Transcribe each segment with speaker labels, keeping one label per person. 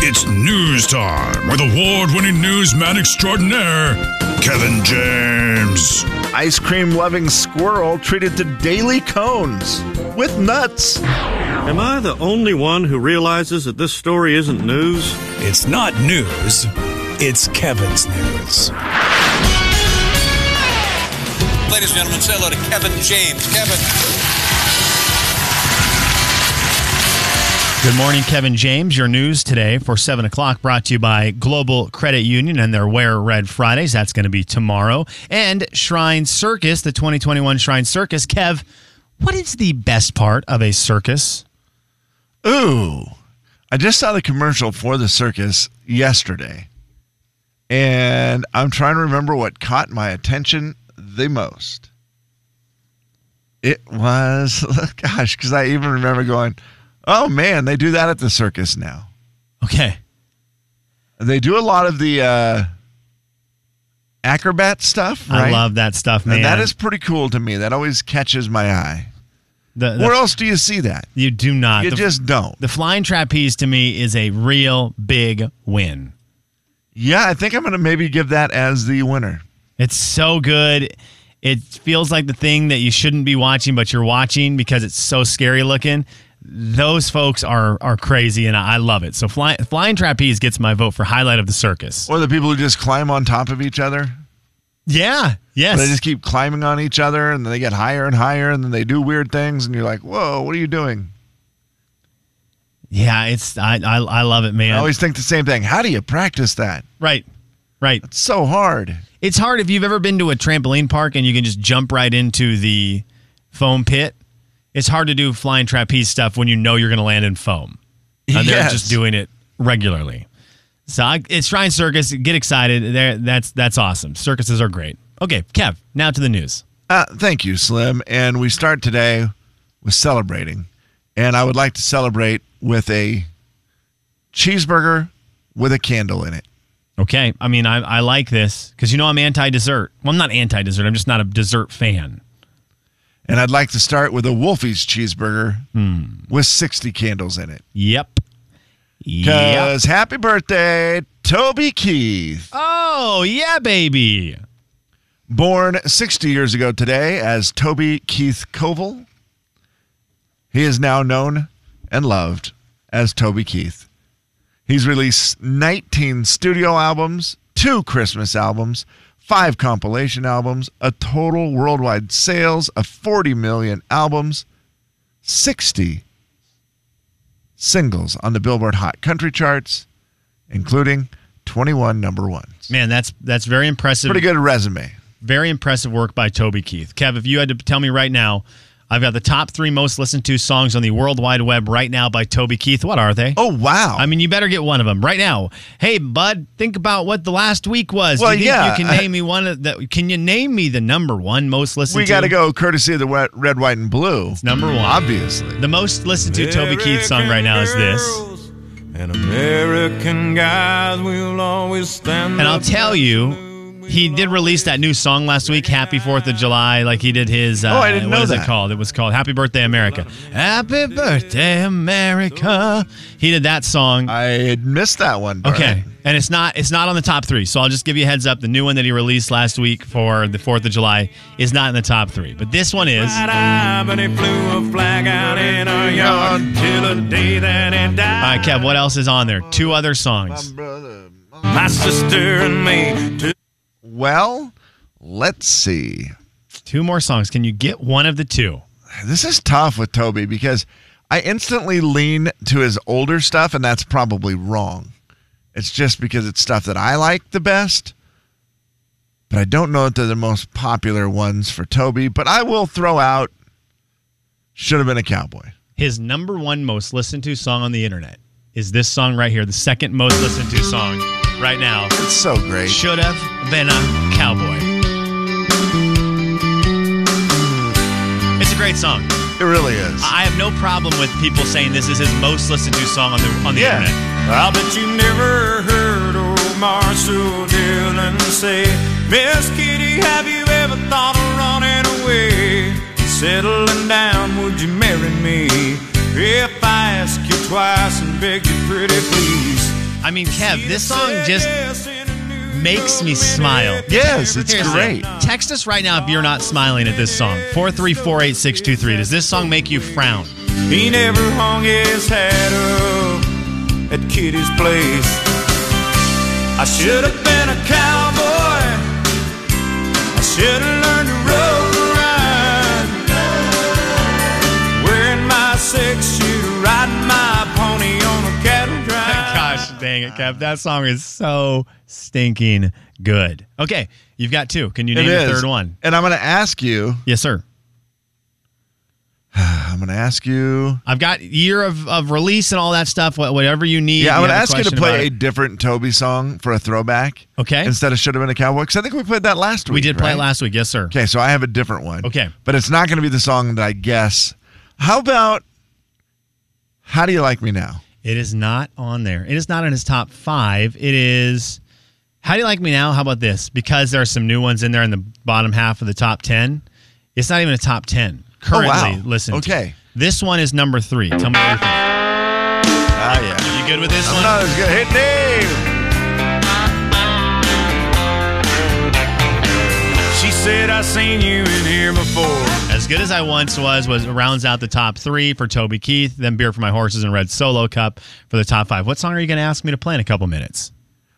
Speaker 1: It's news time with award winning newsman extraordinaire, Kevin James.
Speaker 2: Ice cream loving squirrel treated to daily cones with nuts.
Speaker 3: Am I the only one who realizes that this story isn't news?
Speaker 4: It's not news, it's Kevin's news.
Speaker 5: Ladies and gentlemen, say hello to Kevin James. Kevin.
Speaker 6: Good morning, Kevin James. Your news today for 7 o'clock brought to you by Global Credit Union and their Wear Red Fridays. That's going to be tomorrow. And Shrine Circus, the 2021 Shrine Circus. Kev, what is the best part of a circus?
Speaker 2: Ooh. I just saw the commercial for the circus yesterday. And I'm trying to remember what caught my attention the most. It was, oh gosh, because I even remember going, oh man, they do that at the circus now.
Speaker 6: Okay.
Speaker 2: They do a lot of the uh, acrobat stuff, right?
Speaker 6: I love that stuff, man.
Speaker 2: And that is pretty cool to me. That always catches my eye.
Speaker 6: the, the-
Speaker 2: Where else do you see that?
Speaker 6: you do not.
Speaker 2: You
Speaker 6: the,
Speaker 2: just don't.
Speaker 6: the flying trapeze to me is a real big win.
Speaker 2: Yeah, I think I'm going to maybe give that as the winner.
Speaker 6: It's so good. It feels like the thing that you shouldn't be watching, but you're watching because it's so scary looking. Those folks are are crazy, and I love it. So fly, flying trapeze gets my vote for highlight of the circus.
Speaker 2: Or the people who just climb on top of each other.
Speaker 6: Yeah. Yes.
Speaker 2: They just keep climbing on each other and then they get higher and higher and then they do weird things and you're like, whoa, what are you doing?
Speaker 6: yeah. It's I, I I love it, man.
Speaker 2: I always think the same thing. How do you practice that?
Speaker 6: right. Right.
Speaker 2: It's so hard.
Speaker 6: It's hard if you've ever been to a trampoline park and you can just jump right into the foam pit. It's hard to do flying trapeze stuff when you know you're going to land in foam. And they're
Speaker 2: Yes.
Speaker 6: just doing it regularly. So I, it's Shrine Circus. Get excited. There, that's that's awesome. Circuses are great. Okay, Kev. Now to the news.
Speaker 2: Uh, thank you, Slim. And we start today with celebrating. And I would like to celebrate with a cheeseburger with a candle in it.
Speaker 6: Okay. I mean, I, I like this because you know I'm anti-dessert. Well, I'm not anti-dessert. I'm just not a dessert fan.
Speaker 2: And I'd like to start with a Wolfie's cheeseburger with 60 candles in it.
Speaker 6: Yep. Yep.
Speaker 2: Because happy birthday, Toby Keith.
Speaker 6: Oh yeah, baby.
Speaker 2: Born 60 years ago today as Toby Keith Koval. He is now known and loved as Toby Keith. He's released 19 studio albums, two Christmas albums, five compilation albums, a total worldwide sales of 40 million albums, 60 singles on the Billboard Hot Country charts, including 21 number ones.
Speaker 6: Man, that's that's very impressive.
Speaker 2: Pretty good resume.
Speaker 6: Very impressive work by Toby Keith. Kev, if you had to tell me right now, I've got the top three most listened to songs on the World Wide Web right now by Toby Keith. What are they?
Speaker 2: Oh, wow.
Speaker 6: I mean, you better get one of them right now. Hey, bud, think about what the last week was.
Speaker 2: Well,
Speaker 6: Do you think
Speaker 2: yeah,
Speaker 6: you
Speaker 2: I-
Speaker 6: can name me one of the? Can you name me the number one most listened?
Speaker 2: We
Speaker 6: to?
Speaker 2: got to go courtesy of the wet, red, white, and blue. It's
Speaker 6: number one.
Speaker 2: Obviously.
Speaker 6: The most listened to Toby Keith song right now is this.
Speaker 7: And American guys will always stand
Speaker 6: And I'll tell you, he did release that new song last week, Happy Fourth of July, like he did his. Uh,
Speaker 2: Oh, I didn't
Speaker 6: what
Speaker 2: know
Speaker 6: is
Speaker 2: that.
Speaker 6: it called? It was called Happy Birthday America. Happy Birthday America. He did that song.
Speaker 2: I had missed that one. Bert.
Speaker 6: Okay, and it's not it's not on the top three. So I'll just give you a heads up. The new one that he released last week for the Fourth of July is not in the top three, but this one is.
Speaker 7: But he flew a flag out in our yard till the day that he died.
Speaker 6: All right, Kev. What else is on there? Two other songs.
Speaker 2: Brother.
Speaker 7: My sister and me. Two
Speaker 2: Well, let's see.
Speaker 6: Two more songs. Can you get one of the two?
Speaker 2: This is tough with Toby because I instantly lean to his older stuff, and that's probably wrong. It's just because it's stuff that I like the best. But I don't know if they're the most popular ones for Toby, but I will throw out Should Have Been a Cowboy.
Speaker 6: His number one most listened to song on the internet is this song right here, the second most listened to song right now.
Speaker 2: It's so great.
Speaker 6: Should have been a cowboy. It's a great song.
Speaker 2: It really is.
Speaker 6: I have no problem with people saying this is his most listened to song on the on the
Speaker 2: Yeah.
Speaker 6: internet.
Speaker 7: I bet you never heard old Marshall Dillon say, Miss Kitty, have you ever thought of running away? Settling down, would you marry me? If I ask you twice and beg you pretty please,
Speaker 6: I mean, Kev, this song just makes me smile.
Speaker 2: Yes, it's
Speaker 6: Seriously,
Speaker 2: great.
Speaker 6: Text us right now if you're not smiling at this song. 4348623. Does this song make you frown?
Speaker 7: He never hung his hat up at Kitty's place. I should have been a cowboy. I should have learned to rope and ride. Wearing my six shooter, riding my pony on a cattle drive.
Speaker 6: Gosh dang it, Kev. That song is so stinking good. Okay, you've got two. Can you name
Speaker 2: It
Speaker 6: the
Speaker 2: is.
Speaker 6: third one?
Speaker 2: And I'm going to ask you.
Speaker 6: Yes, sir.
Speaker 2: I'm going to ask you.
Speaker 6: I've got year of, of release and all that stuff, wha- whatever you need.
Speaker 2: Yeah, I'm going
Speaker 6: You
Speaker 2: to
Speaker 6: have a
Speaker 2: ask you to
Speaker 6: question about
Speaker 2: play a
Speaker 6: it.
Speaker 2: different Toby song for a throwback.
Speaker 6: Okay.
Speaker 2: Instead of Should Have Been a Cowboy. Because I think we played that last week.
Speaker 6: We did play it
Speaker 2: right?
Speaker 6: last week. Yes, sir.
Speaker 2: Okay, so I have a different one.
Speaker 6: Okay.
Speaker 2: But it's not going to be the song that I guess. How about How Do You Like Me Now?
Speaker 6: It is not on there. It is not in his top five. It is. How do you like me now? How about this? Because there are some new ones in there in the bottom half of the top ten. It's not even a top ten currently.
Speaker 2: Oh, wow.
Speaker 6: Listen.
Speaker 2: Okay.
Speaker 6: This one is number three. Tell me what you think.
Speaker 2: Ah, yeah.
Speaker 6: You good with this one?
Speaker 2: Not as good. Hit Dave.
Speaker 7: She said, I seen you in here before.
Speaker 6: As good as I once was was rounds out the top three for Toby Keith, then beer for my horses and red solo cup for the top five. What song are you going to ask me to play in a couple minutes?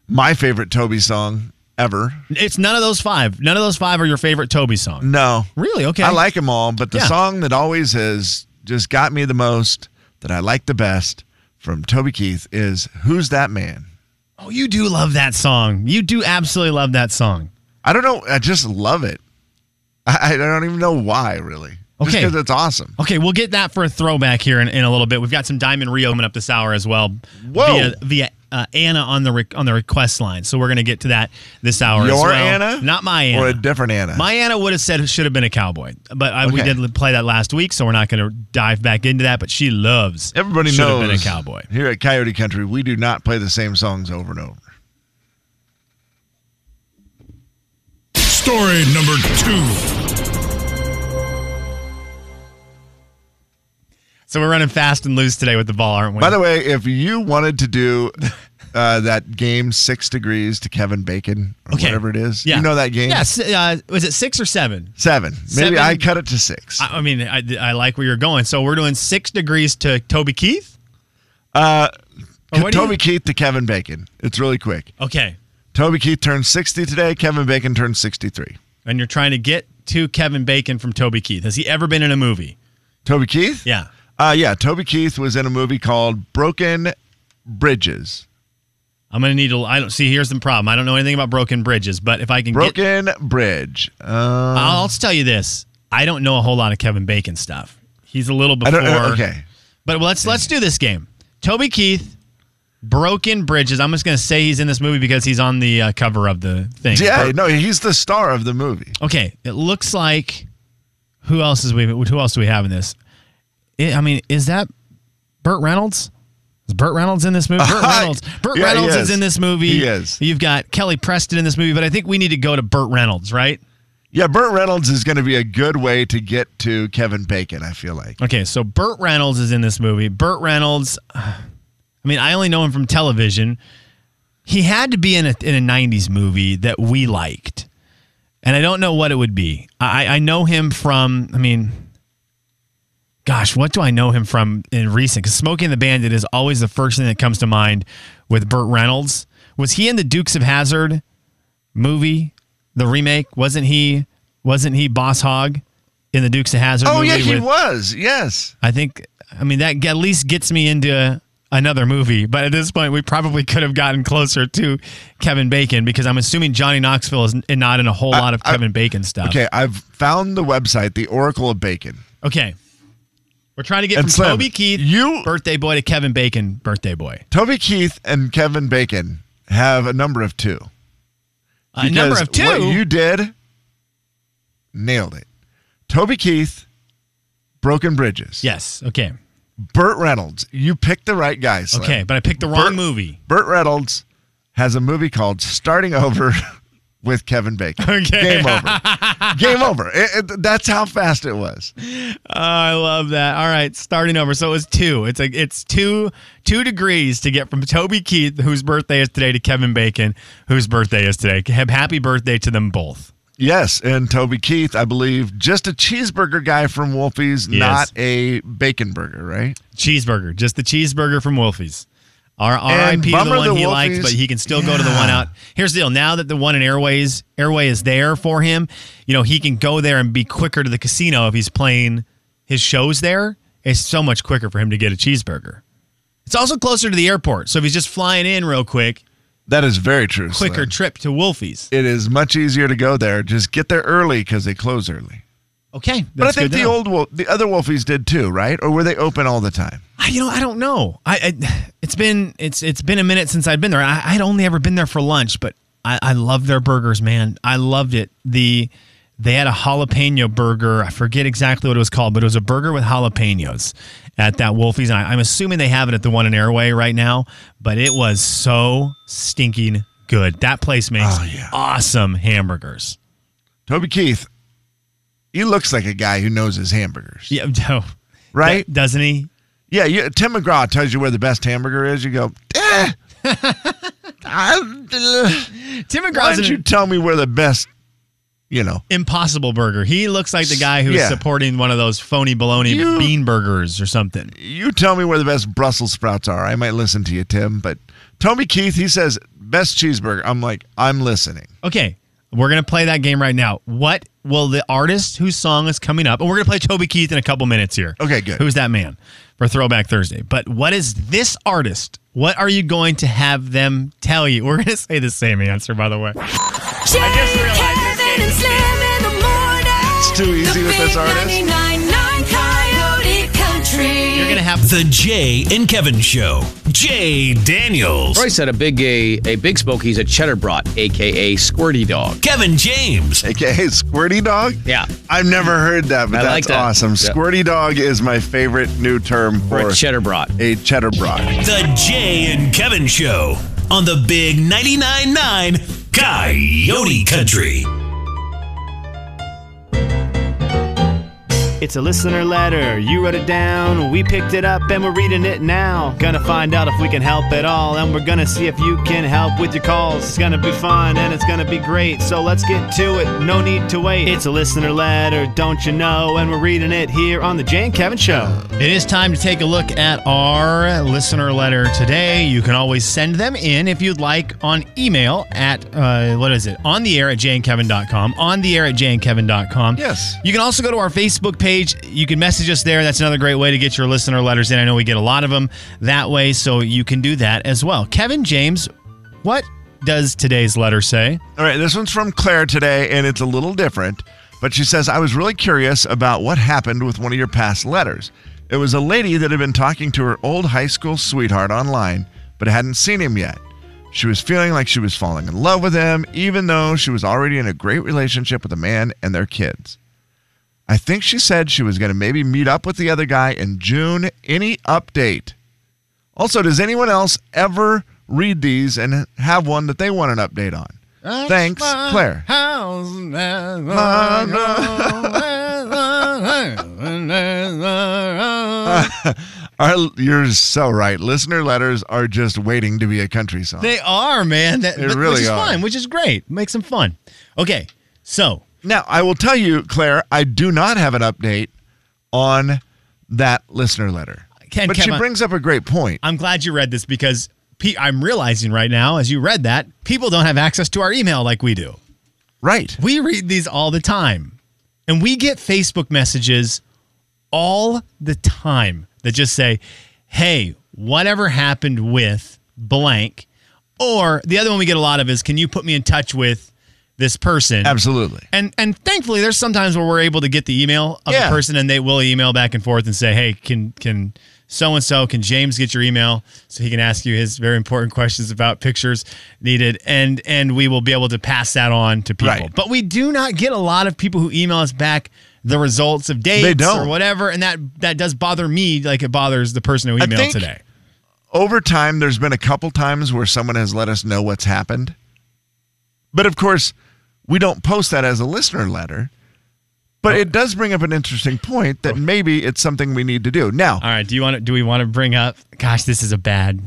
Speaker 2: My favorite Toby song ever.
Speaker 6: It's none of those five. None of those five are your favorite Toby song.
Speaker 2: No.
Speaker 6: Really? Okay.
Speaker 2: I like them all, but the
Speaker 6: Yeah.
Speaker 2: song that always has just got me the most, that I like the best from Toby Keith is Who's That Man?
Speaker 6: Oh, you do love that song. You do absolutely love that song.
Speaker 2: I don't know. I just love it. I, I don't even know why, really. Just
Speaker 6: Okay.
Speaker 2: because it's awesome.
Speaker 6: Okay, we'll get that for a throwback here in, in a little bit. We've got some Diamond Rio coming up this hour as well.
Speaker 2: Whoa.
Speaker 6: Via, via uh, Anna on the re- on the request line. So we're going to get to that this hour as
Speaker 2: Your
Speaker 6: well.
Speaker 2: Anna?
Speaker 6: Not my Anna.
Speaker 2: Or a different Anna.
Speaker 6: My Anna would have said it should have been a cowboy, but I, we
Speaker 2: Uh, Okay.
Speaker 6: did play that last week, so we're not going to dive back into that. But she loves.
Speaker 2: Everybody
Speaker 6: should
Speaker 2: knows.
Speaker 6: have been a cowboy.
Speaker 2: Here at Coyote Country, we do not play the same songs over and over.
Speaker 1: Story number two.
Speaker 6: So we're running fast and loose today with the ball, aren't we?
Speaker 2: By the way, if you wanted to do uh, that game Six Degrees to Kevin Bacon or
Speaker 6: Okay.
Speaker 2: whatever it is,
Speaker 6: Yeah.
Speaker 2: you know that game?
Speaker 6: Yes. Uh, was it six or seven?
Speaker 2: Seven. Maybe
Speaker 6: Seven- Uh,
Speaker 2: I cut it to six.
Speaker 6: I, I mean, I, I like where you're going. So we're doing six degrees to Toby Keith. Uh,
Speaker 2: Toby Keith to Kevin Bacon. It's really quick.
Speaker 6: Okay.
Speaker 2: Toby Keith turned 60 today. Kevin Bacon turned 63.
Speaker 6: And you're trying to get to Kevin Bacon from Toby Keith. Has he ever been in a movie?
Speaker 2: Toby Keith?
Speaker 6: Yeah.
Speaker 2: Uh, yeah, Toby Keith was in a movie called Broken Bridges.
Speaker 6: I'm gonna need to. I don't see. Here's the problem. I don't know anything about broken bridges, but if I can get,
Speaker 2: Broken Bridge. Uh,
Speaker 6: I'll just tell you this. I don't know a whole lot of Kevin Bacon stuff. He's a little
Speaker 2: I
Speaker 6: before.
Speaker 2: don't know. Okay.
Speaker 6: But let's let's do this game. Toby Keith, Broken Bridges. I'm just gonna say he's in this movie because he's on the uh, cover of the thing.
Speaker 2: Yeah, no, he's the star of the movie.
Speaker 6: Okay, it looks like who else is we who else do we have in this? I I mean, is that Burt Reynolds? Is Burt Reynolds in this movie? Burt Reynolds. Burt
Speaker 2: Yeah, he
Speaker 6: Reynolds is.
Speaker 2: is.
Speaker 6: in this movie.
Speaker 2: He is.
Speaker 6: You've got Kelly Preston in this movie, but I think we need to go to Burt Reynolds, right?
Speaker 2: Yeah, Burt Reynolds is going to be a good way to get to Kevin Bacon, I feel like.
Speaker 6: Okay, so Burt Reynolds is in this movie. Burt Reynolds, I mean, I only know him from television. He had to be in a in a '90s movie that we liked, and I don't know what it would be. I I know him from, I mean, gosh, what do I know him from in recent? Because Smoking the Bandit is always the first thing that comes to mind with Burt Reynolds. Was he in the Dukes of Hazard movie, the remake? Wasn't he? Wasn't he Boss Hog in the Dukes of Hazard?
Speaker 2: Oh, yeah,
Speaker 6: movie
Speaker 2: he
Speaker 6: with-
Speaker 2: was. Yes.
Speaker 6: I think, I mean, that at least gets me into another movie. But at this point, we probably could have gotten closer to Kevin Bacon because I'm assuming Johnny Knoxville is n- not in a whole lot of
Speaker 2: I-
Speaker 6: Kevin Bacon stuff.
Speaker 2: Okay, I've found the website, The Oracle of Bacon.
Speaker 6: Okay. We're trying to get
Speaker 2: And
Speaker 6: from
Speaker 2: Slim,
Speaker 6: Toby Keith,
Speaker 2: you-
Speaker 6: birthday boy, to Kevin Bacon, birthday boy.
Speaker 2: Toby Keith and Kevin Bacon have a number of two.
Speaker 6: A Uh, number
Speaker 2: Because
Speaker 6: of two.
Speaker 2: What you did, nailed it. Toby Keith, Broken Bridges.
Speaker 6: yes. Okay.
Speaker 2: Burt Reynolds. You picked the right guy. Slim.
Speaker 6: Okay. But I picked the wrong movie.
Speaker 2: Burt Reynolds has a movie called Starting Over with Kevin Bacon.
Speaker 6: Okay.
Speaker 2: Game over. Game over. It- it- that's how fast it was.
Speaker 6: Oh, I love that. All right, starting over. So it was two. It's like it's two two degrees to get from Toby Keith, whose birthday is today, to Kevin Bacon, whose birthday is today. Have happy birthday to them both.
Speaker 2: Yes, and Toby Keith, I believe, just a cheeseburger guy from Wolfie's, not a bacon burger, right?
Speaker 6: Cheeseburger, just the cheeseburger from Wolfie's. R-
Speaker 2: And
Speaker 6: R.I.P. to the
Speaker 2: bummer
Speaker 6: one
Speaker 2: the
Speaker 6: he liked,
Speaker 2: Wolfies-
Speaker 6: but he can still go to the
Speaker 2: Yeah.
Speaker 6: one out. Here's the deal: now that the one in Airways Airway is there for him, you know he can go there and be quicker to the casino if he's playing his shows there. It's so much quicker for him to get a cheeseburger. It's also closer to the airport, so if he's just flying in real quick,
Speaker 2: That is very true. Slim.
Speaker 6: quicker trip to Wolfie's.
Speaker 2: It is much easier to go there. Just get there early because they close early.
Speaker 6: Okay,
Speaker 2: But
Speaker 6: that's
Speaker 2: I think
Speaker 6: good to
Speaker 2: the
Speaker 6: know.
Speaker 2: old Wolf, the other Wolfies did too, right? Or were they open all the time?
Speaker 6: I, you know, I don't know. I, I it's been it's it's been a minute since I've been there. I, I'd only ever been there for lunch, but I, I love their burgers, man. I loved it. The they had a jalapeno burger. I forget exactly what it was called, but it was a burger with jalapenos at that Wolfie's. And I, I'm assuming they have it at the one in Airway right now, but it was so stinking good. That place makes
Speaker 2: Oh, yeah.
Speaker 6: awesome hamburgers.
Speaker 2: Toby Keith, he looks like a guy who knows his hamburgers,
Speaker 6: Yeah, no,
Speaker 2: right?
Speaker 6: Doesn't he?
Speaker 2: Yeah, you, Tim McGraw tells you where the best hamburger is. You go, eh. I-
Speaker 6: Tim
Speaker 2: why
Speaker 6: McGraw's
Speaker 2: don't
Speaker 6: an
Speaker 2: you tell me where the best, you know?
Speaker 6: Impossible Burger. He looks like the guy who's
Speaker 2: Yeah.
Speaker 6: supporting one of those phony baloney
Speaker 2: You-
Speaker 6: bean burgers or something.
Speaker 2: You tell me where the best Brussels sprouts are. I might listen to you, Tim. But Toby Keith, he says best cheeseburger. I'm like, I'm listening.
Speaker 6: Okay, we're gonna play that game right now. What will the artist whose song is coming up? And we're gonna play Toby Keith in a couple minutes here.
Speaker 2: Okay, good.
Speaker 6: Who's that man for Throwback Thursday? But what is this artist? What are you going to have them tell you? We're gonna say the same answer, by the way.
Speaker 8: Jay, Kevin, and Slim in the morning.
Speaker 2: It's too easy with this artist.
Speaker 8: 99.9 Coyote Country.
Speaker 6: You're gonna have
Speaker 4: The Jay and Kevin Show. Jay Daniels.
Speaker 9: Royce had a big a, a big smoke. He's a cheddar brat, aka Squirty Dog.
Speaker 4: Kevin James.
Speaker 2: AKA Squirty Dog.
Speaker 9: Yeah.
Speaker 2: I've never heard that, but
Speaker 9: I
Speaker 2: that's
Speaker 9: like that.
Speaker 2: awesome.
Speaker 9: Yeah.
Speaker 2: Squirty Dog is my favorite new term for
Speaker 9: Or a cheddar brat.
Speaker 2: a cheddar broad.
Speaker 4: The Jay and Kevin Show on the Big 99.9 9 Coyote Country.
Speaker 10: It's a listener letter. You wrote it down. We picked it up and we're reading it now. Gonna find out if we can help at all. And we're gonna see if you can help with your calls. It's gonna be fun and it's gonna be great. So let's get to it. No need to wait. It's a listener letter, don't you know? And we're reading it here on The Jay and Kevin Show.
Speaker 6: It is time to take a look at our listener letter today. You can always send them in if you'd like on email at, uh, what is it? On the air at jankevin.com. On the air at jankevin.com.
Speaker 2: Yes.
Speaker 6: You can also go to our Facebook page. You can message us there. That's another great way to get your listener letters in. I know we get a lot of them that way, so you can do that as well. Kevin James, what does today's letter say?
Speaker 2: All right, this one's from Claire today, and it's a little different. But she says, I was really curious about what happened with one of your past letters. It was a lady that had been talking to her old high school sweetheart online, but hadn't seen him yet. She was feeling like she was falling in love with him, even though she was already in a great relationship with a man and their kids. I think she said she was going to maybe meet up with the other guy in June. Any update? Also, does anyone else ever read these and have one that they want an update on? Thanks, Claire. Our, you're so right. Listener letters are just waiting to be a country song.
Speaker 6: They are, man. That,
Speaker 2: They
Speaker 6: but- which
Speaker 2: really
Speaker 6: is
Speaker 2: are.
Speaker 6: fun, which is great. Makes them fun. Okay, so
Speaker 2: now, I will tell you, Claire, I do not have an update on that listener letter.
Speaker 6: Ken,
Speaker 2: but
Speaker 6: Ken,
Speaker 2: she
Speaker 6: I-
Speaker 2: brings up a great point.
Speaker 6: I'm glad you read this because pe- I'm realizing right now, as you read that, people don't have access to our email like we do.
Speaker 2: Right.
Speaker 6: We read these all the time, and we get Facebook messages all the time that just say, "Hey, whatever happened with blank," or the other one we get a lot of is, "Can you put me in touch with this person?"
Speaker 2: Absolutely.
Speaker 6: And and thankfully, there's sometimes where we're able to get the email of
Speaker 2: Yeah.
Speaker 6: the person, and they will email back and forth and say, "Hey, can can so and so can James get your email so he can ask you his very important questions about pictures needed?" And and we will be able to pass that on to people.
Speaker 2: Right.
Speaker 6: But we do not get a lot of people who email us back the results of dates
Speaker 2: don't.
Speaker 6: or whatever, and that that does bother me like it bothers the person who emailed
Speaker 2: think-
Speaker 6: today.
Speaker 2: over time, there's been a couple times where someone has let us know what's happened. But of course, we don't post that as a listener letter. But it does bring up an interesting point that maybe it's something we need to do. Now,
Speaker 6: All right. Do you want to? Do we want to bring up? Gosh, this is a bad.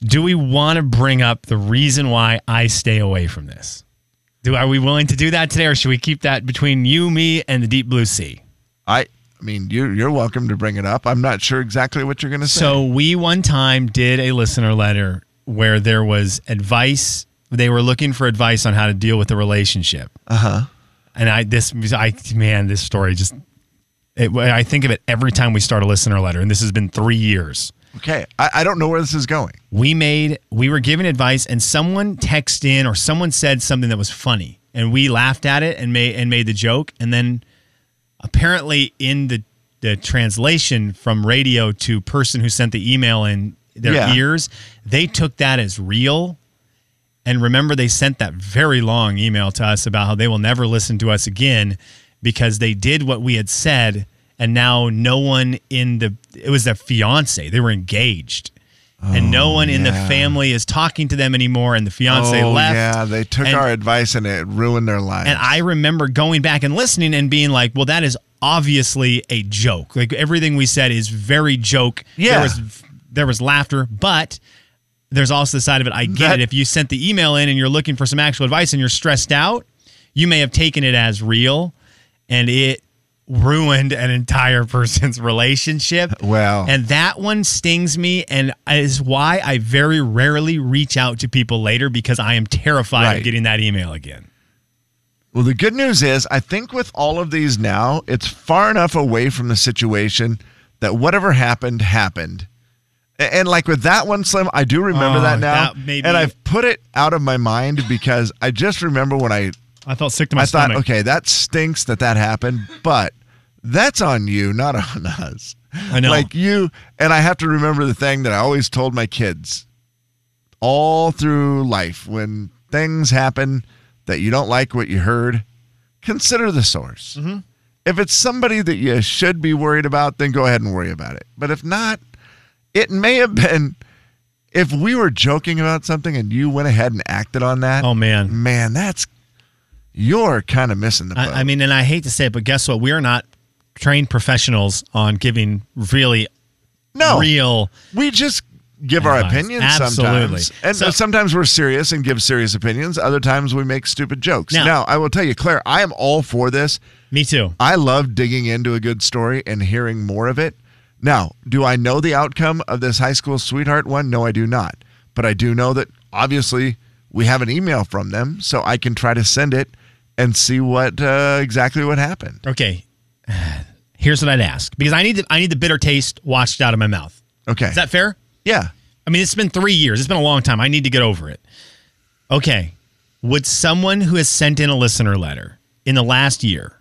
Speaker 6: Do we want to bring up the reason why I stay away from this? Do are we willing to do that today, or should we keep that between you, me, and the deep blue sea?
Speaker 2: I I mean, you you're welcome to bring it up. I'm not sure exactly what you're going to say.
Speaker 6: So we one time did a listener letter where there was advice. They were looking for advice on how to deal with the relationship. Uh huh. And I this I man this story just it, I think of it every time we start a listener letter, and this has been three years.
Speaker 2: okay, I, I don't know where this is going.
Speaker 6: we made we were giving advice and someone texted in or someone said something that was funny and we laughed at it and made and made the joke and then apparently in the the translation from radio to person who sent the email in their
Speaker 2: Yeah.
Speaker 6: ears they took that as real and remember they sent that very long email to us about how they will never listen to us again because they did what we had said and now no one in the it was their fiance they were engaged and no one in the
Speaker 2: Oh, yeah.
Speaker 6: family is talking to them anymore and the fiance
Speaker 2: oh
Speaker 6: left
Speaker 2: yeah, they took
Speaker 6: and-
Speaker 2: our advice and it ruined their life.
Speaker 6: and I remember going back and listening and being like, well, that is obviously a joke. Like everything we said is very joke.
Speaker 2: Yeah.
Speaker 6: There was, there was laughter, but there's also the side of it. I get
Speaker 2: That-
Speaker 6: it. If you sent the email in and you're looking for some actual advice and you're stressed out, you may have taken it as real and it ruined an entire person's relationship.
Speaker 2: Wow.
Speaker 6: And that one stings me and is why I very rarely reach out to people later because I am terrified
Speaker 2: Right.
Speaker 6: of getting that email again.
Speaker 2: Well, the good news is, I think with all of these now, it's far enough away from the situation that whatever happened, happened. A- And like with that one, Slim, I do remember
Speaker 6: Oh,
Speaker 2: that now.
Speaker 6: that may be-
Speaker 2: and I've put it out of my mind because I just remember when I,
Speaker 6: I felt sick to my
Speaker 2: I thought,
Speaker 6: stomach.
Speaker 2: okay, that stinks that that happened, but that's on you, not on us.
Speaker 6: I know.
Speaker 2: Like you, and I have to remember the thing that I always told my kids all through life when things happen that you don't like what you heard, consider the source.
Speaker 6: Mm-hmm.
Speaker 2: If it's somebody that you should be worried about, then go ahead and worry about it. But if not, it may have been if we were joking about something and you went ahead and acted on that.
Speaker 6: Oh, man.
Speaker 2: Man, that's you're kind of missing the boat.
Speaker 6: I, I mean, and I hate to say it, but guess what? We are not trained professionals on giving really
Speaker 2: no,
Speaker 6: real.
Speaker 2: we just give our
Speaker 6: Advice.
Speaker 2: opinions
Speaker 6: Absolutely.
Speaker 2: sometimes. And
Speaker 6: So-
Speaker 2: sometimes we're serious and give serious opinions. Other times we make stupid jokes. Now,
Speaker 6: Now-
Speaker 2: I will tell you, Claire, I am all for this.
Speaker 6: Me too.
Speaker 2: I love digging into a good story and hearing more of it. Now, do I know the outcome of this high school sweetheart one? No, I do not. But I do know that obviously we have an email from them, so I can try to send it and see what uh, exactly what happened.
Speaker 6: Okay. Here's what I'd ask because I need the, I need the bitter taste washed out of my mouth.
Speaker 2: Okay.
Speaker 6: Is that fair?
Speaker 2: yeah.
Speaker 6: I mean, it's been three years. It's been a long time. I need to get over it. Okay. Would someone who has sent in a listener letter in the last year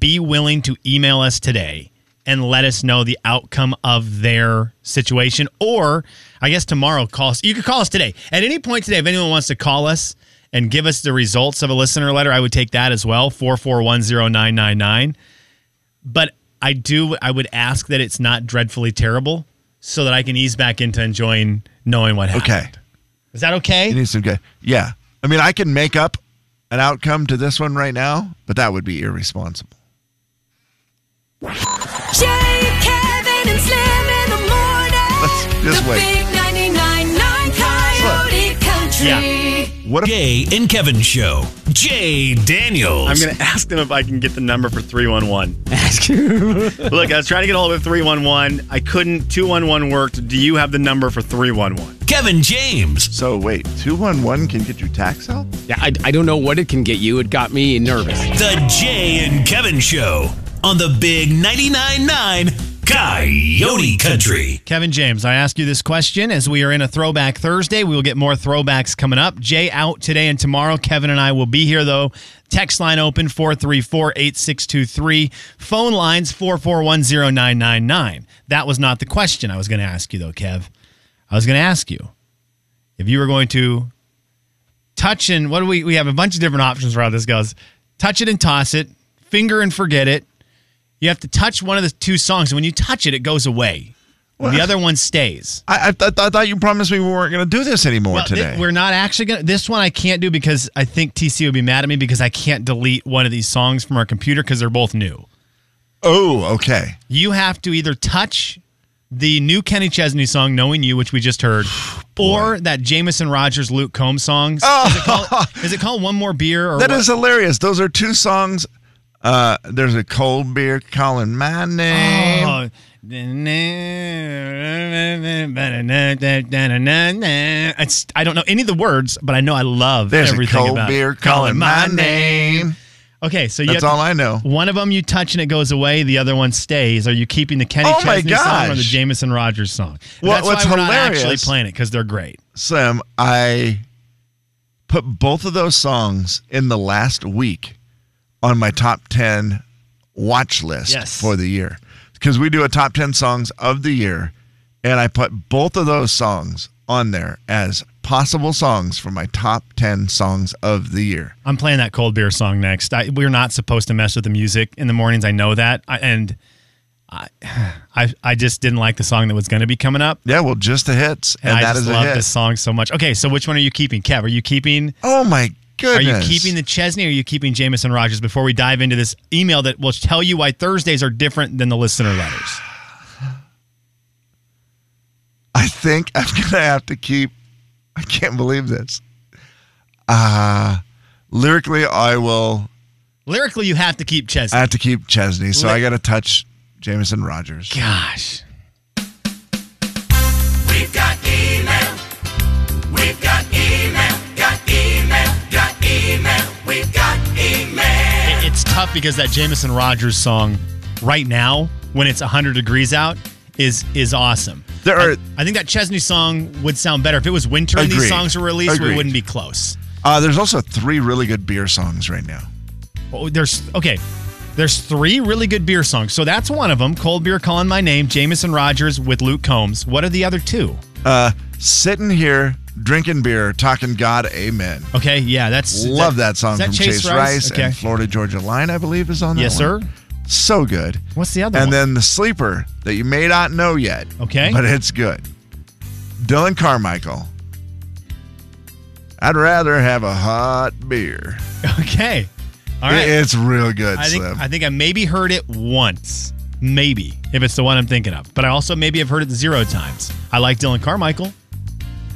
Speaker 6: be willing to email us today and let us know the outcome of their situation? Or I guess tomorrow, call us. You could call us today. At any point today, if anyone wants to call us and give us the results of a listener letter, I would take that as well 4410999 but I do I would ask that it's not dreadfully terrible so that I can ease back into enjoying knowing what happened.
Speaker 2: Okay.
Speaker 6: Is that okay?
Speaker 2: You need some good. Yeah. I mean, I can make up an outcome to this one right now, but that would be irresponsible.
Speaker 8: Jay, Kevin, and Slim in the morning.
Speaker 2: Let's just
Speaker 8: the
Speaker 2: wait.
Speaker 8: big 99.9 Coyote Country.
Speaker 2: What if
Speaker 4: Jay and Kevin Show. Jay Daniels.
Speaker 6: I'm going to ask them if I can get the number for 311. Ask you. Look, I was trying to get a hold of 311. I couldn't. 211 worked. Do you have the number for 311?
Speaker 4: Kevin James.
Speaker 2: so? Wait, two one one can get you tax help.
Speaker 9: Yeah, I, I don't know what it can get you. It got me nervous.
Speaker 4: The Jay and Kevin Show on the Big 99.9 9 Coyote Country.
Speaker 6: Kevin James, I ask you this question as we are in a throwback Thursday. We will get more throwbacks coming up. Jay out today and tomorrow. Kevin and I will be here though. Text line open 434-8623. Phone lines 4410999. That was not the question I was going to ask you though, Kev. I was going to ask you if you were going to touch and what do we we have a bunch of different options for how this goes. Touch it and toss it, finger and forget it. You have to touch one of the two songs and when you touch it it goes away. the other one stays.
Speaker 2: I, I, th- I thought you promised me we weren't going to do this anymore
Speaker 6: Well, thi-
Speaker 2: today.
Speaker 6: we're not actually gonna. This one I can't do because I think TC would be mad at me because I can't delete one of these songs from our computer because they're both new.
Speaker 2: oh, okay.
Speaker 6: You have to either touch the new Kenny Chesney song "Knowing You," which we just heard, or that Jamison Rogers Luke Combs song. Is, it called, is it called "One More Beer"? Or
Speaker 2: Oh. That
Speaker 6: what?
Speaker 2: is hilarious. Those are two songs. Uh, there's a cold beer calling my name.
Speaker 6: Oh. It's, I don't know any of the words, but I know I love
Speaker 2: there's a
Speaker 6: everything
Speaker 2: cold
Speaker 6: about it.
Speaker 2: beer calling my name.
Speaker 6: Okay, so you
Speaker 2: That's
Speaker 6: have to-
Speaker 2: all I know.
Speaker 6: One of them you touch and it goes away. The other one stays. Are you keeping the Kenny
Speaker 2: Oh my
Speaker 6: Chesney song or the
Speaker 2: gosh.
Speaker 6: Jameson Rogers song?
Speaker 2: What-
Speaker 6: That's
Speaker 2: what's
Speaker 6: why we're not actually
Speaker 2: hilarious-
Speaker 6: playing it because they're great.
Speaker 2: Sam, I put both of those songs in the last week on my top 10 watch list
Speaker 6: Yes.
Speaker 2: for the year because we do a top 10 songs of the year. And I put both of those songs on there as possible songs for my top 10 songs of the year.
Speaker 6: I'm playing that cold beer song next. I, we're not supposed to mess with the music in the mornings. I know that, I, and I, I, I just didn't like the song that was going to be coming up.
Speaker 2: Yeah, well, just the hits. And,
Speaker 6: And, I
Speaker 2: that
Speaker 6: just
Speaker 2: is a
Speaker 6: love
Speaker 2: hit.
Speaker 6: this song so much. Okay, so which one are you keeping, Kev? Are you keeping?
Speaker 2: Oh, my
Speaker 6: Are you
Speaker 2: goodness.
Speaker 6: keeping the Chesney? Or are you keeping Jameson Rogers? Before we dive into this email that will tell you why Thursdays are different than the listener letters.
Speaker 2: I think I'm going to have to keep. I can't believe this. Uh, lyrically, I will.
Speaker 6: Lyrically, you have to keep Chesney.
Speaker 2: I have to keep Chesney, so I got to touch Jameson Rogers.
Speaker 6: Gosh.
Speaker 7: We've got email. We've got email. Got email. Got email. We've got email.
Speaker 6: It- It's tough because that Jameson Rogers song right now, when it's 100 degrees out, is is awesome.
Speaker 2: There
Speaker 6: I-
Speaker 2: are-
Speaker 6: I, think that Chesney song would sound better if it was winter and
Speaker 2: Agreed.
Speaker 6: these songs were released. We
Speaker 2: Agreed.
Speaker 6: wouldn't be close.
Speaker 2: Uh, there's also three really good beer songs right now.
Speaker 6: Oh, there's okay. There's three really good beer songs. So that's one of them. Cold beer calling my name. Jameson Rogers with Luke Combs. What are the other two?
Speaker 2: Uh, sitting here, drinking beer, talking God, Amen.
Speaker 6: Okay, yeah, that's
Speaker 2: Love that, song
Speaker 6: is
Speaker 2: from Chase, Rice,
Speaker 6: Okay.
Speaker 2: and Florida Georgia Line, I believe, is on that
Speaker 6: Yes,
Speaker 2: one.
Speaker 6: sir.
Speaker 2: So good.
Speaker 6: What's the other
Speaker 2: and
Speaker 6: one?
Speaker 2: then the sleeper that you may not know yet.
Speaker 6: Okay.
Speaker 2: But it's good. Dylan Carmichael. I'd rather have a hot beer.
Speaker 6: okay, all
Speaker 2: It-
Speaker 6: right.
Speaker 2: It's real good,
Speaker 6: I think
Speaker 2: Slim.
Speaker 6: I think I maybe heard it once, maybe if it's the one I'm thinking of. But I also maybe have heard it zero times. I like Dylan Carmichael.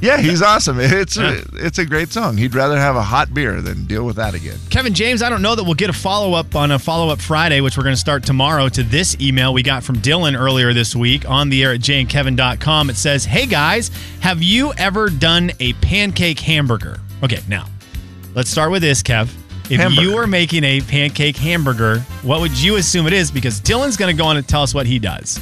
Speaker 2: yeah, he's awesome. It's it's a great song. He'd rather have a hot beer than deal with that again.
Speaker 6: Kevin James, I don't know that we'll get a follow up on a follow up Friday, which we're going to start tomorrow to this email we got from Dylan earlier this week on the air at jandkevin.com. It says, Hey guys, have you ever done a pancake hamburger? Okay, now let's start with this, Kev. If
Speaker 2: Hamburger.
Speaker 6: you were making a pancake hamburger, what would you assume it is? Because Dylan's going to go on and tell us what he does.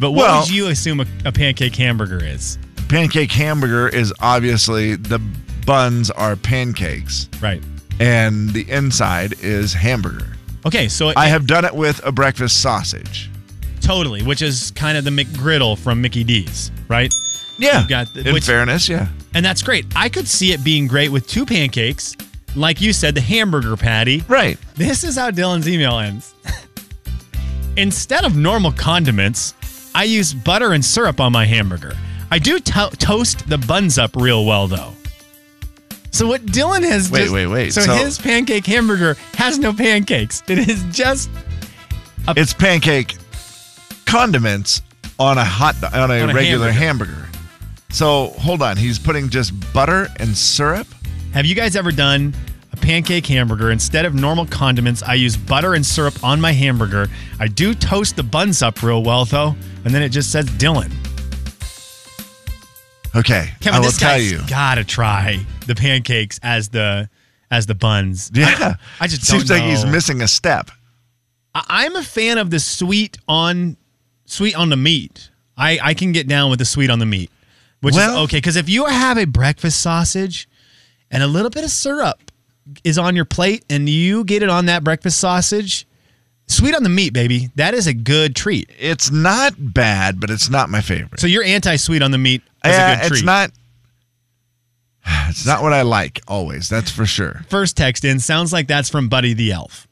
Speaker 6: But what
Speaker 2: Well-
Speaker 6: would you assume a, a pancake hamburger is?
Speaker 2: Pancake hamburger is obviously the buns are pancakes
Speaker 6: Right.
Speaker 2: and the inside is hamburger.
Speaker 6: Okay, so it,
Speaker 2: I have done it with a breakfast sausage.
Speaker 6: totally, which is kind of the McGriddle from Mickey D's, right?
Speaker 2: Yeah.
Speaker 6: You've got the-
Speaker 2: In
Speaker 6: which-
Speaker 2: fairness, yeah.
Speaker 6: And that's great. I could see it being great with two pancakes. Like you said, the hamburger patty.
Speaker 2: Right.
Speaker 6: This is how Dylan's email ends. Instead of normal condiments, I use butter and syrup on my hamburger. I do to- toast the buns up real well, though. So what Dylan has
Speaker 2: Wait,
Speaker 6: just-
Speaker 2: wait, wait.
Speaker 6: So,
Speaker 2: So-
Speaker 6: his pancake hamburger has no pancakes. It is just
Speaker 2: It's pancake condiments on a hot do- on a
Speaker 6: On a
Speaker 2: regular hamburger. So hold on, he's putting just butter and syrup.
Speaker 6: Have you guys ever done a pancake hamburger? Instead of normal condiments, I use butter and syrup on my hamburger. I do toast the buns up real well, though, and then it just says Dylan.
Speaker 2: Okay,
Speaker 6: Kevin,
Speaker 2: I will
Speaker 6: this
Speaker 2: tell
Speaker 6: guy's
Speaker 2: you.
Speaker 6: gotta try the pancakes as the as the buns.
Speaker 2: Yeah,
Speaker 6: I, I just
Speaker 2: seems
Speaker 6: don't
Speaker 2: like he's
Speaker 6: know.
Speaker 2: missing a step.
Speaker 6: I, I'm a fan of the sweet on sweet on the meat. I I can get down with the sweet on the meat, which is
Speaker 2: Well-
Speaker 6: okay. Because if you have a breakfast sausage and a little bit of syrup is on your plate, and you get it on that breakfast sausage, sweet on the meat, baby, that is a good treat.
Speaker 2: It's not bad, but it's not my favorite.
Speaker 6: So you're anti-sweet on the meat as
Speaker 2: yeah,
Speaker 6: a good treat.
Speaker 2: it's not. It's not what I like always. That's for sure.
Speaker 6: First text in sounds like that's from Buddy the Elf.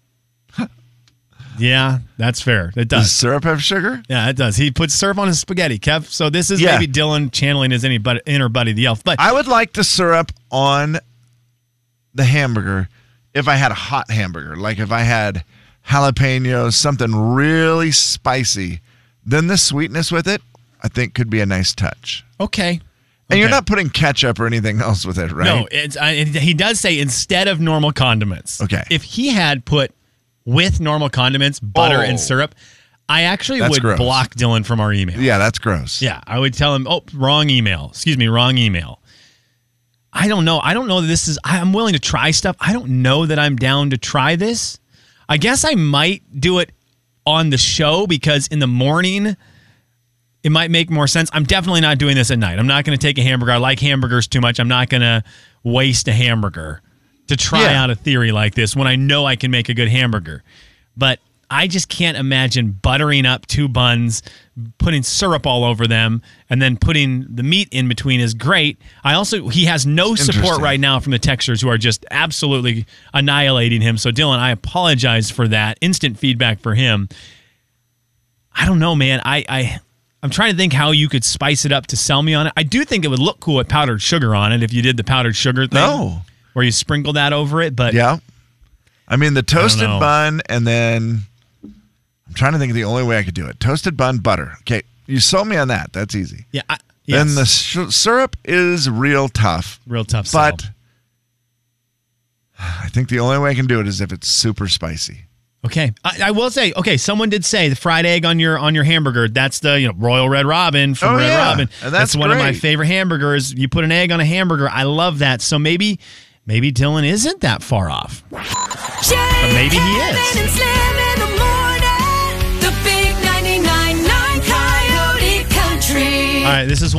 Speaker 6: Yeah, that's fair. It
Speaker 2: Does
Speaker 6: does.
Speaker 2: syrup have sugar?
Speaker 6: Yeah, it does. He puts syrup on his spaghetti, Kev. So this is
Speaker 2: Yeah.
Speaker 6: maybe Dylan channeling his any but- inner buddy the elf. But
Speaker 2: I would like the syrup on the hamburger if I had a hot hamburger, like if I had jalapenos, something really spicy. Then the sweetness with it, I think, could be a nice touch.
Speaker 6: okay.
Speaker 2: And you're
Speaker 6: Okay.
Speaker 2: not putting ketchup or anything else with it, right?
Speaker 6: No, it's, I, it- he does say instead of normal condiments.
Speaker 2: Okay.
Speaker 6: If he had put with normal condiments, butter
Speaker 2: Oh.
Speaker 6: and syrup, I actually
Speaker 2: That's
Speaker 6: would
Speaker 2: gross.
Speaker 6: block Dylan from our email.
Speaker 2: Yeah, that's gross.
Speaker 6: Yeah, I would tell him, oh, wrong email. Excuse me, wrong email. I don't know. I don't know that this is, I- I'm willing to try stuff. I don't know that I'm down to try this. I guess I might do it on the show because in the morning, it might make more sense. I'm definitely not doing this at night. I'm not going to take a hamburger. I like hamburgers too much. I'm not going to waste a hamburger to try
Speaker 2: Yeah.
Speaker 6: out a theory like this when I know I can make a good hamburger. But I just can't imagine buttering up two buns, putting syrup all over them, and then putting the meat in between is great. I also, he has no support
Speaker 2: Interesting.
Speaker 6: right now from the textures who are just absolutely annihilating him. So, Dylan, I apologize for that. Instant feedback for him. I don't know, man. I, I I'm trying to think how you could spice it up to sell me on it. I do think it would look cool with powdered sugar on it if you did the powdered sugar thing.
Speaker 2: No.
Speaker 6: Where you sprinkle that over it, but
Speaker 2: Yeah. I mean, the toasted
Speaker 6: know.
Speaker 2: bun, and then I'm trying to think of the only way I could do it toasted bun, butter. Okay. You sold me on that. That's easy.
Speaker 6: yeah, I,
Speaker 2: Then
Speaker 6: yes.
Speaker 2: the sh- syrup is real tough.
Speaker 6: real tough. sell.
Speaker 2: But I think the only way I can do it is if it's super spicy.
Speaker 6: okay, I, I will say okay. Someone did say the fried egg on your on your hamburger. That's the you know Royal Red Robin from
Speaker 2: Oh,
Speaker 6: Red
Speaker 2: yeah.
Speaker 6: Robin.
Speaker 2: And that's
Speaker 6: one of my
Speaker 2: great.
Speaker 6: favorite hamburgers. You put an egg on a hamburger. I love that. So maybe maybe Dylan isn't that far off.
Speaker 8: But
Speaker 6: maybe he is.
Speaker 8: And Slim in the morning. The big 99.9 Coyote Country.
Speaker 6: All right, this is one.